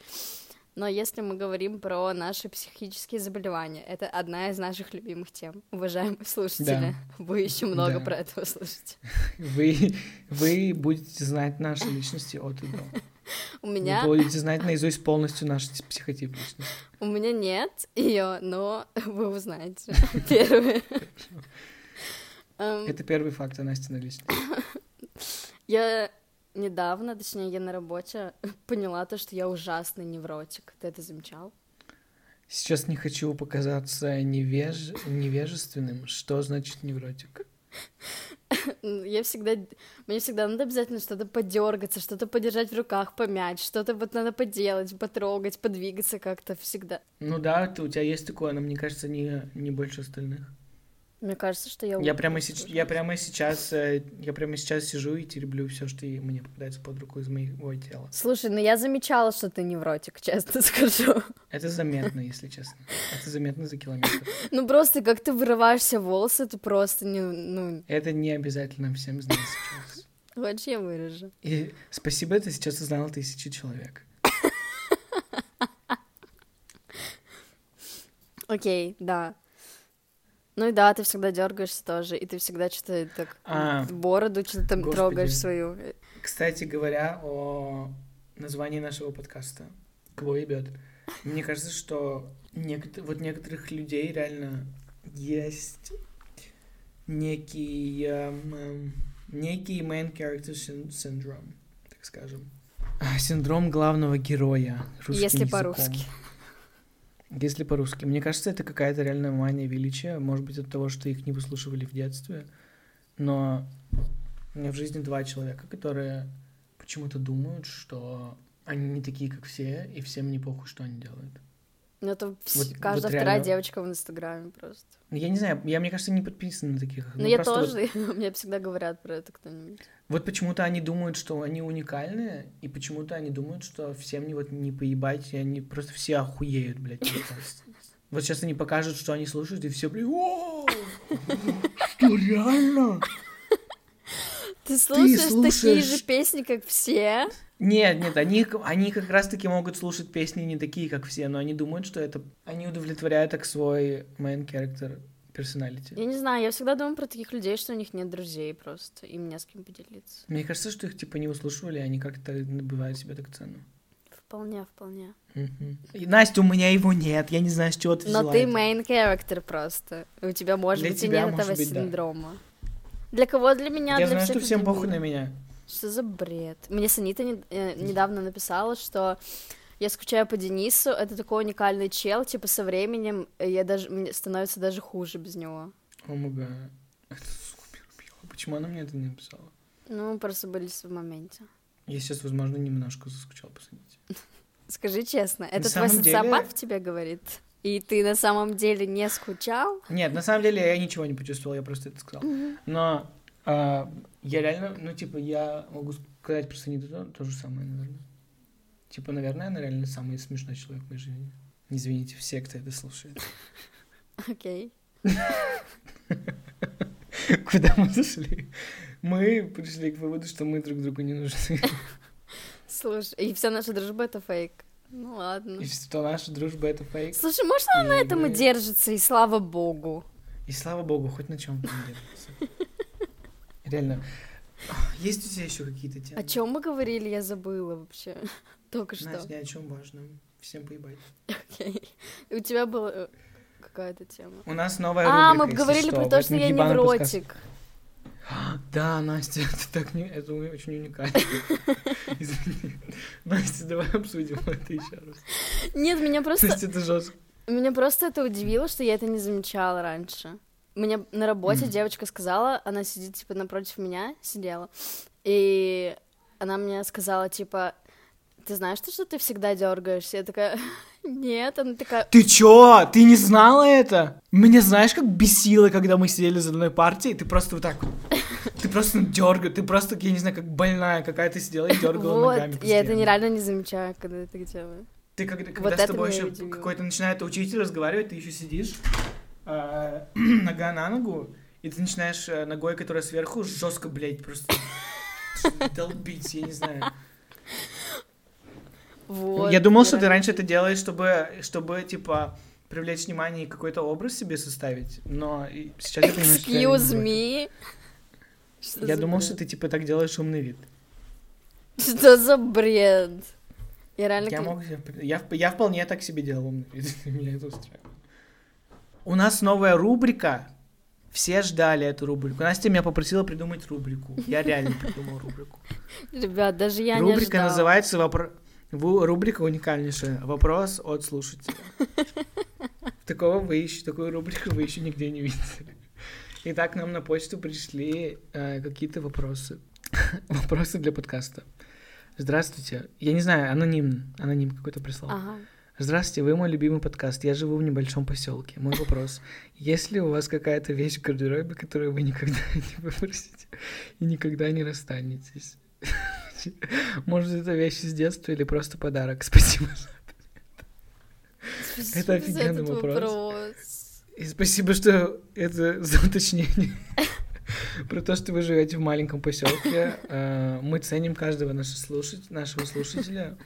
[SPEAKER 1] Но если мы говорим про наши психические заболевания, это одна из наших любимых тем. Уважаемые слушатели, вы еще много
[SPEAKER 2] Да.
[SPEAKER 1] про это услышите.
[SPEAKER 2] Вы, вы будете знать наши личности от и до.
[SPEAKER 1] У меня,
[SPEAKER 2] Вы будете знать наизусть полностью наш психотип личности.
[SPEAKER 1] у меня нет ее, но вы узнаете первые. Эм,
[SPEAKER 2] Это первый факт о Насте на личности.
[SPEAKER 1] Я недавно, точнее, я на работе поняла то, что я ужасный невротик. Ты это замечал?
[SPEAKER 2] Сейчас не хочу показаться невеж... невежественным. Что значит невротик?
[SPEAKER 1] Ну, Я всегда, мне всегда надо обязательно что-то подергаться, что-то подержать в руках, помять, что-то вот надо поделать, потрогать, подвигаться как-то всегда.
[SPEAKER 2] Ну да, ты- у тебя есть такое, но мне кажется, не, не больше остальных.
[SPEAKER 1] Мне кажется, что я...
[SPEAKER 2] Я прямо, сеч- я прямо сейчас э, я прямо сейчас сижу и тереблю все, что и мне попадается под руку из моего тела.
[SPEAKER 1] Слушай, ну я замечала, что ты невротик, честно скажу.
[SPEAKER 2] Это заметно, если честно. Это заметно за километр.
[SPEAKER 1] Ну просто как ты вырываешься в волосы, ты просто не... Ну,
[SPEAKER 2] Это не обязательно всем знать сейчас.
[SPEAKER 1] хочешь, я вырежу?
[SPEAKER 2] И спасибо, это сейчас узнало тысячи человек.
[SPEAKER 1] Окей, да. Ну и да, ты всегда дергаешься тоже, и ты всегда что-то так
[SPEAKER 2] А,
[SPEAKER 1] бороду что-то там
[SPEAKER 2] господи.
[SPEAKER 1] трогаешь свою. э,
[SPEAKER 2] Кстати говоря, о названии нашего подкаста «Кого ебет». Мне кажется, что некотор- вот некоторых людей реально есть некий, эм, эм, некий main character syn- syndrome, так скажем. А, Синдром главного героя. русским
[SPEAKER 1] Если
[SPEAKER 2] языком.
[SPEAKER 1] по-русски.
[SPEAKER 2] Если по-русски. Мне кажется, это какая-то реальная мания величия. Может быть, от того, что их не выслушивали в детстве. Но у меня в жизни два человека, которые почему-то думают, что они не такие, как все, и всем не похуй, что они делают.
[SPEAKER 1] Ну это вс-
[SPEAKER 2] Вот-
[SPEAKER 1] каждая
[SPEAKER 2] вот
[SPEAKER 1] вторая
[SPEAKER 2] реально.
[SPEAKER 1] девочка в Инстаграме просто.
[SPEAKER 2] Ну, Я не знаю, я, мне кажется, не подписан на таких.
[SPEAKER 1] Ну,
[SPEAKER 2] Ну,
[SPEAKER 1] я
[SPEAKER 2] просто вот-
[SPEAKER 1] тоже, мне всегда говорят про это кто-нибудь.
[SPEAKER 2] Вот почему-то они думают, что они уникальные, и почему-то они думают, что всем не вот не поебать, и они просто все охуеют, блядь. мне кажется. Вот сейчас они покажут, что они слушают, и все, блядь, «О, что реально?
[SPEAKER 1] Ты слушаешь, такие
[SPEAKER 2] слушаешь-
[SPEAKER 1] же песни, как все?
[SPEAKER 2] Нет, нет, они, к- они как раз-таки могут слушать песни не такие, как все, но они думают, что это... Они удовлетворяют так свой main character personality.
[SPEAKER 1] Я не знаю, я всегда думаю про таких людей, что у них нет друзей просто, им не с кем поделиться.
[SPEAKER 2] Мне кажется, что их типа не выслушивали, и они как-то набивают себе так цену.
[SPEAKER 1] Вполне, вполне.
[SPEAKER 2] Мгм. И, Настя, у меня его нет, я не знаю, с чего ты
[SPEAKER 1] Но
[SPEAKER 2] взяла
[SPEAKER 1] ты
[SPEAKER 2] это.
[SPEAKER 1] main character просто. И У тебя, может
[SPEAKER 2] Для
[SPEAKER 1] быть,
[SPEAKER 2] тебя,
[SPEAKER 1] и нет этого
[SPEAKER 2] может быть, да.
[SPEAKER 1] синдрома. Для кого? Для меня, для
[SPEAKER 2] Я знаю,
[SPEAKER 1] всех
[SPEAKER 2] что всем
[SPEAKER 1] людей.
[SPEAKER 2] похуй на меня.
[SPEAKER 1] Что за бред? Мне Санита не- э, недавно написала, что Я скучаю по Денису, это такой уникальный чел, типа со временем э, я даже мне становится даже хуже без него.
[SPEAKER 2] О, мага. Это супер пьё. Почему она мне это не написала?
[SPEAKER 1] Ну, мы просто были с- в моменте.
[SPEAKER 2] Я сейчас, возможно, немножко заскучал, посмотрите.
[SPEAKER 1] Скажи честно, это твой
[SPEAKER 2] самом деле-
[SPEAKER 1] социопат в тебе говорит? И ты на самом деле не скучал?
[SPEAKER 2] Нет, на самом деле я ничего не почувствовал, я просто это сказал. Но а, я реально, ну, типа, я могу сказать просто не то, то же самое, наверное. Типа, наверное, она реально самый смешной человек в моей жизни. Извините, все, кто это слушает.
[SPEAKER 1] Окей.
[SPEAKER 2] Куда мы зашли? Мы пришли к выводу, что мы друг другу не нужны.
[SPEAKER 1] Слушай, и вся наша дружба это фейк. Ну ладно.
[SPEAKER 2] И что наша дружба — это фейк.
[SPEAKER 1] Слушай, может она на
[SPEAKER 2] И
[SPEAKER 1] этом и
[SPEAKER 2] мы-
[SPEAKER 1] держится, и слава богу.
[SPEAKER 2] И слава богу, хоть на чем Реально. Есть у тебя еще какие-то темы?
[SPEAKER 1] О чем мы говорили, я забыла вообще. Только
[SPEAKER 2] Настя,
[SPEAKER 1] А что.
[SPEAKER 2] ни о чем важном. Всем поебать.
[SPEAKER 1] Окей. У тебя была э, какая-то тема.
[SPEAKER 2] У нас новая рубрика,
[SPEAKER 1] А, мы
[SPEAKER 2] если
[SPEAKER 1] говорили про
[SPEAKER 2] в
[SPEAKER 1] то, что
[SPEAKER 2] этом
[SPEAKER 1] я
[SPEAKER 2] ебаном
[SPEAKER 1] невротик.
[SPEAKER 2] подкасте. Да, Настя, это так не... Это у- очень уникально. Извини. Настя, давай обсудим это еще раз.
[SPEAKER 1] Нет, меня просто
[SPEAKER 2] Настя, это жестко.
[SPEAKER 1] Меня просто это удивило, что я это не замечала раньше. Мне на работе
[SPEAKER 2] Мгм.
[SPEAKER 1] девочка сказала, она сидит, типа, напротив меня, сидела, и она мне сказала, типа, ты знаешь, то, что ты всегда дергаешься? Я такая, нет, она такая,
[SPEAKER 2] Ты чё? Ты не знала это? Меня знаешь, как бесило, когда мы сидели за одной партией, ты просто вот так Ты просто дергал, ты просто, я не знаю, как больная какая-то сидела и дергала ногами.
[SPEAKER 1] вот, я это
[SPEAKER 2] постоянно.
[SPEAKER 1] нереально не замечаю, когда я так делаю.
[SPEAKER 2] Ты когда, когда
[SPEAKER 1] Вот
[SPEAKER 2] с
[SPEAKER 1] это
[SPEAKER 2] тобой
[SPEAKER 1] меня
[SPEAKER 2] еще
[SPEAKER 1] удивило.
[SPEAKER 2] какой-то начинает учитель разговаривать, ты еще сидишь э, нога на ногу, и ты начинаешь э, ногой, которая сверху, жестко, блядь, просто долбить, я не знаю.
[SPEAKER 1] Вот,
[SPEAKER 2] я думал, что ты
[SPEAKER 1] нереально.
[SPEAKER 2] раньше это делаешь, чтобы, чтобы типа, привлечь внимание и какой-то образ себе составить, но и сейчас я понимаю, что я реально
[SPEAKER 1] Excuse
[SPEAKER 2] дурак.
[SPEAKER 1] me. Что
[SPEAKER 2] Я
[SPEAKER 1] за
[SPEAKER 2] думал,
[SPEAKER 1] бред?
[SPEAKER 2] что ты типа так делаешь умный вид.
[SPEAKER 1] Что за бред? Я реально...
[SPEAKER 2] Я,
[SPEAKER 1] как-
[SPEAKER 2] мог, себе- я, я вполне так себе делал умный вид. Меня это устраивает. У нас новая рубрика. Все ждали эту рубрику. Настя меня попросила придумать рубрику. Я реально придумал рубрику.
[SPEAKER 1] Ребят, даже я не
[SPEAKER 2] Рубрика
[SPEAKER 1] ожидала.
[SPEAKER 2] называется «Вопро- ву- Рубрика уникальнейшая. Вопрос от слушателя. Такого вы еще, такую рубрику вы еще нигде не видели. Итак, нам на почту пришли э, какие-то вопросы. Вопросы для подкаста. Здравствуйте. Я не знаю, аноним, аноним какой-то прислал.
[SPEAKER 1] Ага.
[SPEAKER 2] Здравствуйте, вы мой любимый подкаст. Я живу в небольшом поселке. Мой вопрос. Есть ли у вас какая-то вещь в гардеробе, которую вы никогда не выбросите и никогда не расстанетесь? Может, это вещь из детства или просто подарок? Спасибо.
[SPEAKER 1] Спасибо
[SPEAKER 2] Это
[SPEAKER 1] за
[SPEAKER 2] офигенный
[SPEAKER 1] этот
[SPEAKER 2] вопрос.
[SPEAKER 1] вопрос.
[SPEAKER 2] И спасибо, что это за уточнение. Про то, что вы живете в маленьком поселке. Э, Мы ценим каждого нашего слушать- нашего слушателя,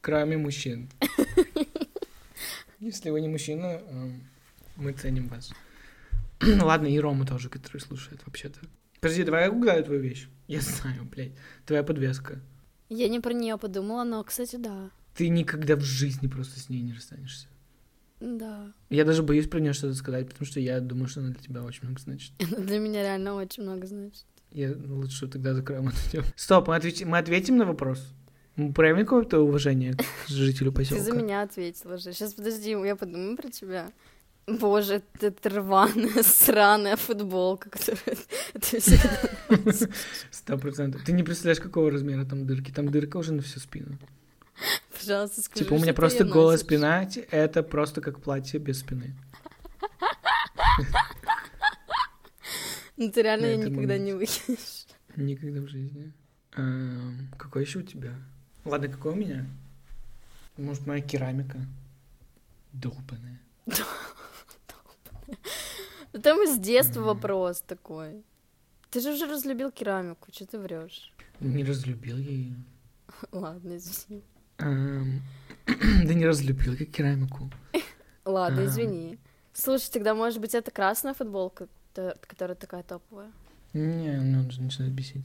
[SPEAKER 2] кроме мужчин. Если вы не мужчина, эм, мы ценим вас. Ну Ладно, и Рома тоже, который слушает вообще-то. Подожди, давай я угадаю твою вещь. Я знаю, блядь. Твоя подвеска.
[SPEAKER 1] Я не про нее подумала, но, кстати, да.
[SPEAKER 2] Ты никогда в жизни просто с ней не расстанешься.
[SPEAKER 1] Да.
[SPEAKER 2] Я даже боюсь про нее что-то сказать, потому что я думаю, что она для тебя очень много значит.
[SPEAKER 1] Это для меня реально очень много значит.
[SPEAKER 2] Я лучше тогда закроем эту тему. Стоп, мы, отвеч- мы ответим на вопрос? Мы проявим какое-то уважение к жителю
[SPEAKER 1] Ты за
[SPEAKER 2] поселка?
[SPEAKER 1] меня ответила же. Сейчас подожди, я подумаю про тебя. Боже, ты эта рваная, сраная футболка, которую ты всегда...
[SPEAKER 2] Сто процентов. Ты не представляешь, какого размера там дырки. Там дырка уже на всю спину.
[SPEAKER 1] Пожалуйста, скажи,
[SPEAKER 2] типа у меня
[SPEAKER 1] что ты
[SPEAKER 2] просто
[SPEAKER 1] её
[SPEAKER 2] голая
[SPEAKER 1] носишь.
[SPEAKER 2] спина, т- это просто как платье без спины.
[SPEAKER 1] Ну ты реально
[SPEAKER 2] Да,
[SPEAKER 1] ее
[SPEAKER 2] это
[SPEAKER 1] никогда
[SPEAKER 2] момент.
[SPEAKER 1] не выкинешь.
[SPEAKER 2] Никогда в жизни. Эм, какой еще у тебя? Ладно, какой у меня? Может, моя керамика? Долбаная.
[SPEAKER 1] Ну, Там из детства
[SPEAKER 2] Мгм.
[SPEAKER 1] вопрос такой. Ты же уже разлюбил керамику, что ты врешь?
[SPEAKER 2] Не разлюбил я ее.
[SPEAKER 1] Ладно, извини.
[SPEAKER 2] Эм, да не разлюбил я керамику.
[SPEAKER 1] Ладно,
[SPEAKER 2] Ага.
[SPEAKER 1] извини. Слушай, тогда, может быть, это красная футболка, та- которая такая топовая?
[SPEAKER 2] Не, ну он же начинает бесить.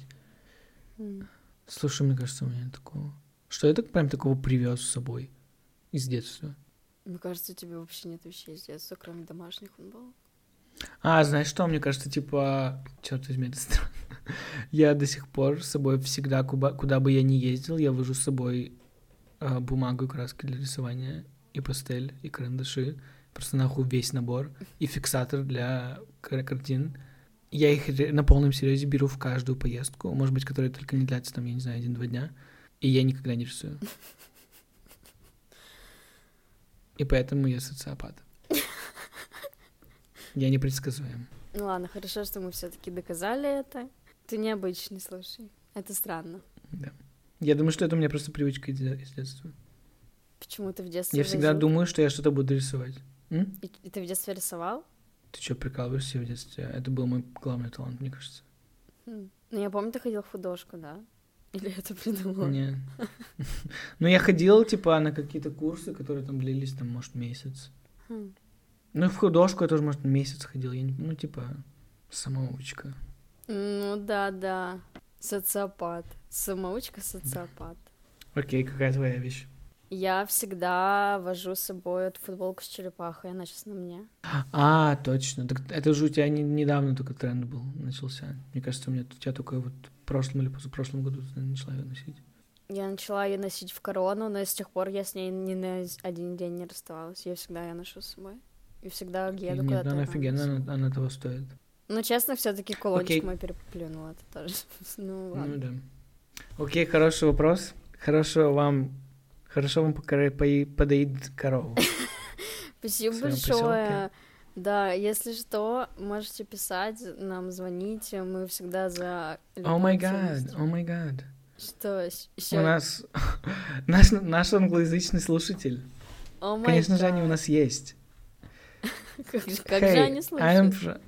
[SPEAKER 1] М.
[SPEAKER 2] Слушай, мне кажется, у меня нет такого. Что я так прям такого привез с собой из детства?
[SPEAKER 1] Мне кажется, у тебя вообще нет вещей из детства, кроме домашних футболок.
[SPEAKER 2] А, знаешь что, мне кажется, типа... Черт возьми, это странно. Я до сих пор с собой всегда, куба- куда бы я ни ездил, я вожу с собой э, э, бумагу и краски для рисования, и пастель, и карандаши, просто нахуй весь набор, и фиксатор для кар- картин. Я их ре- на полном серьезе беру в каждую поездку, может быть, которая только не длятся там, я не знаю, один-два дня, и я никогда не рисую. И поэтому я социопат. Я непредсказуем.
[SPEAKER 1] Ну ладно, хорошо, что мы все-таки доказали это. Ты необычный, слушай. Это странно.
[SPEAKER 2] Я думаю, что это у меня просто привычка из из детства.
[SPEAKER 1] Почему ты в детстве
[SPEAKER 2] Я всегда
[SPEAKER 1] возил-
[SPEAKER 2] думаю, что я что-то буду рисовать. М?
[SPEAKER 1] И, и ты в детстве рисовал?
[SPEAKER 2] Ты что, прикалываешься в детстве? Это был мой главный талант, мне кажется.
[SPEAKER 1] Хм. Ну, я помню, ты ходил в художку, да? Или это придумала?
[SPEAKER 2] Не. Ну, я ходил, типа, на какие-то курсы, которые там длились, там, может, месяц.
[SPEAKER 1] Хм.
[SPEAKER 2] Ну, и в художку я тоже, может, месяц ходил. Я не... Ну, типа, самоучка.
[SPEAKER 1] Ну да, да. Социопат. Самоучка социопат.
[SPEAKER 2] Окей, какая твоя вещь?
[SPEAKER 1] Я всегда вожу с собой эту футболку с черепахой, она сейчас на мне.
[SPEAKER 2] А, точно. Так это же у тебя не- недавно только тренд был, начался. Мне кажется, у меня у тебя только вот в прошлом или позапрошлом году ты начала ее носить.
[SPEAKER 1] Я начала ее носить в корону, но с тех пор я с ней ни на один день не расставалась. Я всегда ее ношу с собой. И всегда еду
[SPEAKER 2] Нет, ну,
[SPEAKER 1] куда-то.
[SPEAKER 2] она
[SPEAKER 1] рано
[SPEAKER 2] офигенно,
[SPEAKER 1] с-
[SPEAKER 2] она, она того стоит.
[SPEAKER 1] Ну, честно, все-таки кулончик
[SPEAKER 2] Окей.
[SPEAKER 1] мой переплюнул это тоже. Ну
[SPEAKER 2] Ну
[SPEAKER 1] ладно.
[SPEAKER 2] да. Окей, хороший вопрос. Хорошо вам, хорошо вам покоре- пои- подоит корову.
[SPEAKER 1] Спасибо
[SPEAKER 2] в своём
[SPEAKER 1] большое.
[SPEAKER 2] посёлке.
[SPEAKER 1] Да, если что, можете писать, нам звонить, мы всегда за.
[SPEAKER 2] О май
[SPEAKER 1] любую
[SPEAKER 2] гад,
[SPEAKER 1] активность.
[SPEAKER 2] о май гад.
[SPEAKER 1] Что
[SPEAKER 2] У
[SPEAKER 1] еще?
[SPEAKER 2] нас наш, наш англоязычный слушатель.
[SPEAKER 1] О май
[SPEAKER 2] Конечно же, они у
[SPEAKER 1] гад.
[SPEAKER 2] нас есть.
[SPEAKER 1] Как же- как же
[SPEAKER 2] Hey,
[SPEAKER 1] они
[SPEAKER 2] I'm
[SPEAKER 1] слышат?
[SPEAKER 2] fr-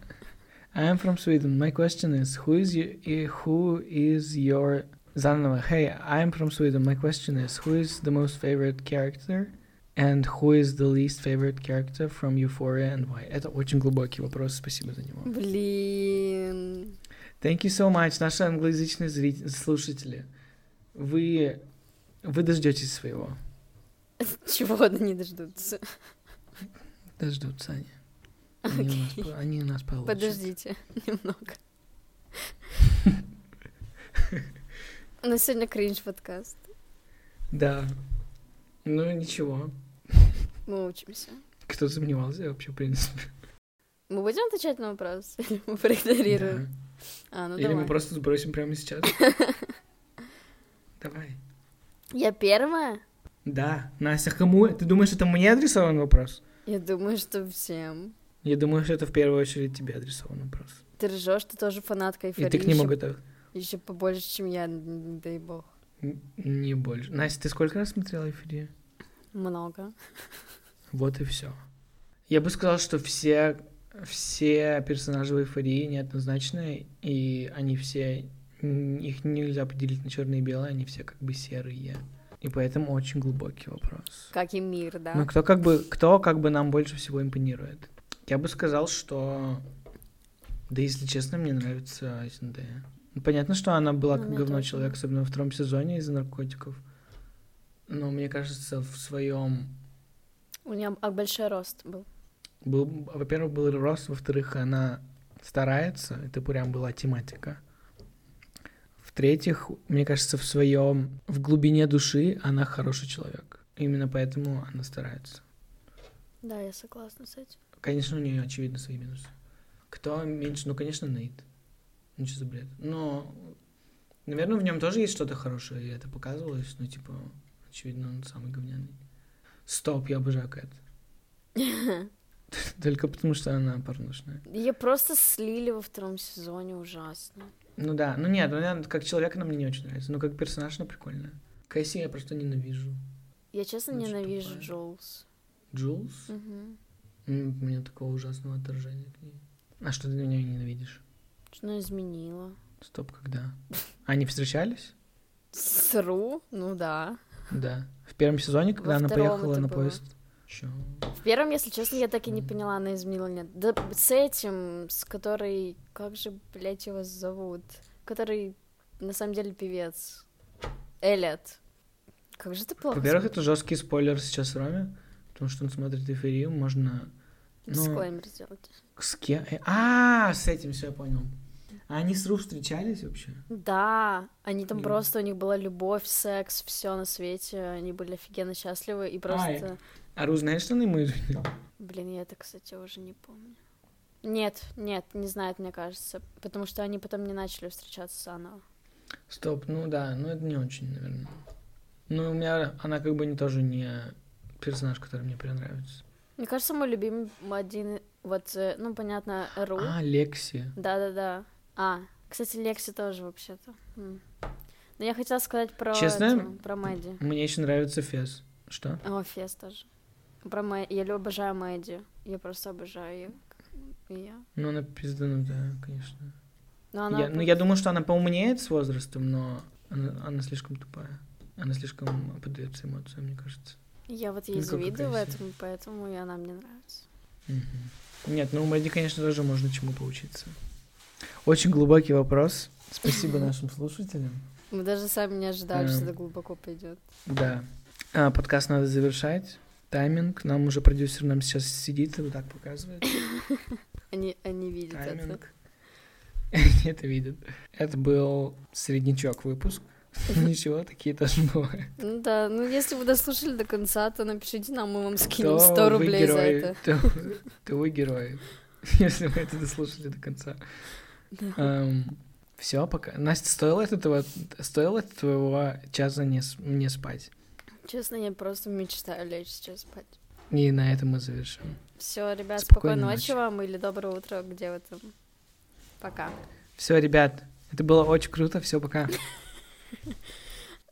[SPEAKER 2] I'm from Sweden. My question is, who is you, и who is your... Заново. Hey, I'm from Sweden. My question is, who is the most favorite character and who is the least favorite character from Euphoria and why? Это очень глубокий вопрос. Спасибо за него.
[SPEAKER 1] Блин.
[SPEAKER 2] Thank you so much, наши англоязычные зрит- слушатели. Вы, вы дождетесь своего.
[SPEAKER 1] Чего они не дождутся?
[SPEAKER 2] Дождутся они. Они, у нас
[SPEAKER 1] Окей.
[SPEAKER 2] по- они у нас получат.
[SPEAKER 1] Подождите немного. На сегодня кринж подкаст.
[SPEAKER 2] Да. Ну ничего.
[SPEAKER 1] Мы учимся.
[SPEAKER 2] Кто сомневался вообще, в принципе.
[SPEAKER 1] Мы будем отвечать на вопрос? Или мы проигнорируем?
[SPEAKER 2] Да.
[SPEAKER 1] А, ну
[SPEAKER 2] Или
[SPEAKER 1] давай.
[SPEAKER 2] мы просто сбросим прямо сейчас. Давай.
[SPEAKER 1] Я первая?
[SPEAKER 2] Да, Настя, кому? Ты думаешь, это мне адресован вопрос?
[SPEAKER 1] Я думаю, что всем.
[SPEAKER 2] Я думаю, что это в первую очередь тебе адресован вопрос.
[SPEAKER 1] Ты ржешь, ты тоже фанатка
[SPEAKER 2] И
[SPEAKER 1] эйфории.
[SPEAKER 2] ты к нему
[SPEAKER 1] еще,
[SPEAKER 2] готов.
[SPEAKER 1] еще побольше, чем я, н- дай бог.
[SPEAKER 2] Н- Не больше. Настя, ты сколько раз смотрела эйфорию?
[SPEAKER 1] Много.
[SPEAKER 2] Вот и все. Я бы сказал, что все, все персонажи в эйфории неоднозначные, и они все, н- их нельзя поделить на черные и белые, они все как бы серые. И поэтому очень глубокий вопрос.
[SPEAKER 1] Как и мир, да?
[SPEAKER 2] Но Ну, кто как бы, кто как бы нам больше всего импонирует? Я бы сказал, что... Да если честно, мне нравится Зиндея. Ну, Понятно, что она была
[SPEAKER 1] Ну,
[SPEAKER 2] как
[SPEAKER 1] мне
[SPEAKER 2] говно
[SPEAKER 1] тоже.
[SPEAKER 2] человек, особенно во втором сезоне из-за наркотиков. Но мне кажется, в своем
[SPEAKER 1] У меня а, большой рост был.
[SPEAKER 2] Был, во-первых, был рост, во-вторых, она старается, это прям была тематика. В-третьих, мне кажется, в своем, в глубине души она хороший человек. Именно поэтому она старается.
[SPEAKER 1] Да, я согласна с этим.
[SPEAKER 2] Конечно, у нее, очевидно, свои минусы. Кто меньше? Ну, конечно, Нейт. Ну, что за бред? Но, наверное, в нем тоже есть что-то хорошее, и это показывалось, но, типа, очевидно, он самый говняный. Стоп, я обожаю Кэт. Только потому, что она порнушная.
[SPEAKER 1] Ее просто слили во втором сезоне ужасно.
[SPEAKER 2] Ну да, ну нет, она как человек она мне не очень нравится, но как персонаж она прикольная. Кэсси я просто ненавижу.
[SPEAKER 1] Я честно
[SPEAKER 2] Очень
[SPEAKER 1] ненавижу
[SPEAKER 2] тупая.
[SPEAKER 1] Джоулс.
[SPEAKER 2] Джулс?
[SPEAKER 1] Мгм.
[SPEAKER 2] М, У меня такого ужасного отторжения к ней. А что ты меня ненавидишь?
[SPEAKER 1] Что она изменила?
[SPEAKER 2] Стоп, когда? Они встречались?
[SPEAKER 1] Сру? Ну да.
[SPEAKER 2] Да. В первом сезоне, когда
[SPEAKER 1] Во
[SPEAKER 2] она
[SPEAKER 1] втором
[SPEAKER 2] поехала
[SPEAKER 1] это
[SPEAKER 2] на
[SPEAKER 1] было.
[SPEAKER 2] поезд. Чё?
[SPEAKER 1] В первом, если честно, я так и не поняла, она изменила или нет. Да с этим, с которой... Как же, блядь, его зовут? Который на самом деле певец. Эллиот. Как же ты плохо
[SPEAKER 2] Во-первых, это жесткий спойлер сейчас Роме, потому что он смотрит эфирию, можно...
[SPEAKER 1] ну, смотришь. Дисклеймер сделать.
[SPEAKER 2] С кем? э, А, с этим все я понял. А они с Ру встречались вообще?
[SPEAKER 1] Да, они там
[SPEAKER 2] Мгм.
[SPEAKER 1] просто, у них была любовь, секс, все на свете, они были офигенно счастливы, и просто...
[SPEAKER 2] А Ру знаешь, что она ему изменила?
[SPEAKER 1] Блин, я это, кстати, уже не помню. Нет, нет, не знает, мне кажется, потому что они потом не начали встречаться заново.
[SPEAKER 2] Стоп, ну да, ну это не очень, наверное. Ну, у меня она как бы не тоже не персонаж, который мне прям нравится.
[SPEAKER 1] Мне кажется, мой любимый один, вот, э, ну, понятно, Ру.
[SPEAKER 2] А, Лекси.
[SPEAKER 1] Да-да-да. А, кстати, Лекси тоже вообще-то. М. Но я хотела сказать про...
[SPEAKER 2] Честно?
[SPEAKER 1] эту, про Мэдди.
[SPEAKER 2] Мне еще нравится Фес. Что?
[SPEAKER 1] О, Фес тоже. Про Мэ... Я лю- обожаю Мэдди. Я просто обожаю ее. И я.
[SPEAKER 2] Ну, она пизданутая, конечно.
[SPEAKER 1] Но она...
[SPEAKER 2] Я, ну, я думаю, что она поумнеет с возрастом, но она, она слишком тупая. Она слишком поддается эмоциям, мне кажется.
[SPEAKER 1] я вот
[SPEAKER 2] Ну,
[SPEAKER 1] ей
[SPEAKER 2] как
[SPEAKER 1] завидую в
[SPEAKER 2] агрессия.
[SPEAKER 1] этом, поэтому и она мне нравится.
[SPEAKER 2] Мгм. Нет, ну у Мэдди, конечно, тоже можно чему поучиться. Очень глубокий вопрос. Спасибо нашим слушателям.
[SPEAKER 1] Мы даже сами не ожидали, что
[SPEAKER 2] Эм.
[SPEAKER 1] это глубоко пойдет.
[SPEAKER 2] Да. А, подкаст надо завершать. Тайминг. Нам уже продюсер нам сейчас сидит и вот так показывает.
[SPEAKER 1] Они, они видят это.
[SPEAKER 2] Тайминг. Это видят. Это был среднячок выпуск. Ничего, такие тоже бывают.
[SPEAKER 1] Ну да, ну если вы дослушали до конца, то напишите нам, мы вам скинем 100
[SPEAKER 2] То вы
[SPEAKER 1] рублей за
[SPEAKER 2] герои,
[SPEAKER 1] это.
[SPEAKER 2] То, то вы герои, если вы это дослушали до конца. все, пока. Настя, стоило от этого, стоило от твоего часа не, с- не спать?
[SPEAKER 1] Честно, я просто мечтаю лечь сейчас спать.
[SPEAKER 2] И на этом мы завершим.
[SPEAKER 1] Все, ребят,
[SPEAKER 2] Спокойной
[SPEAKER 1] спокойной ночи
[SPEAKER 2] ночи.
[SPEAKER 1] вам или доброе утро, где вы там. Пока.
[SPEAKER 2] Все, ребят, это было очень круто. Все, пока.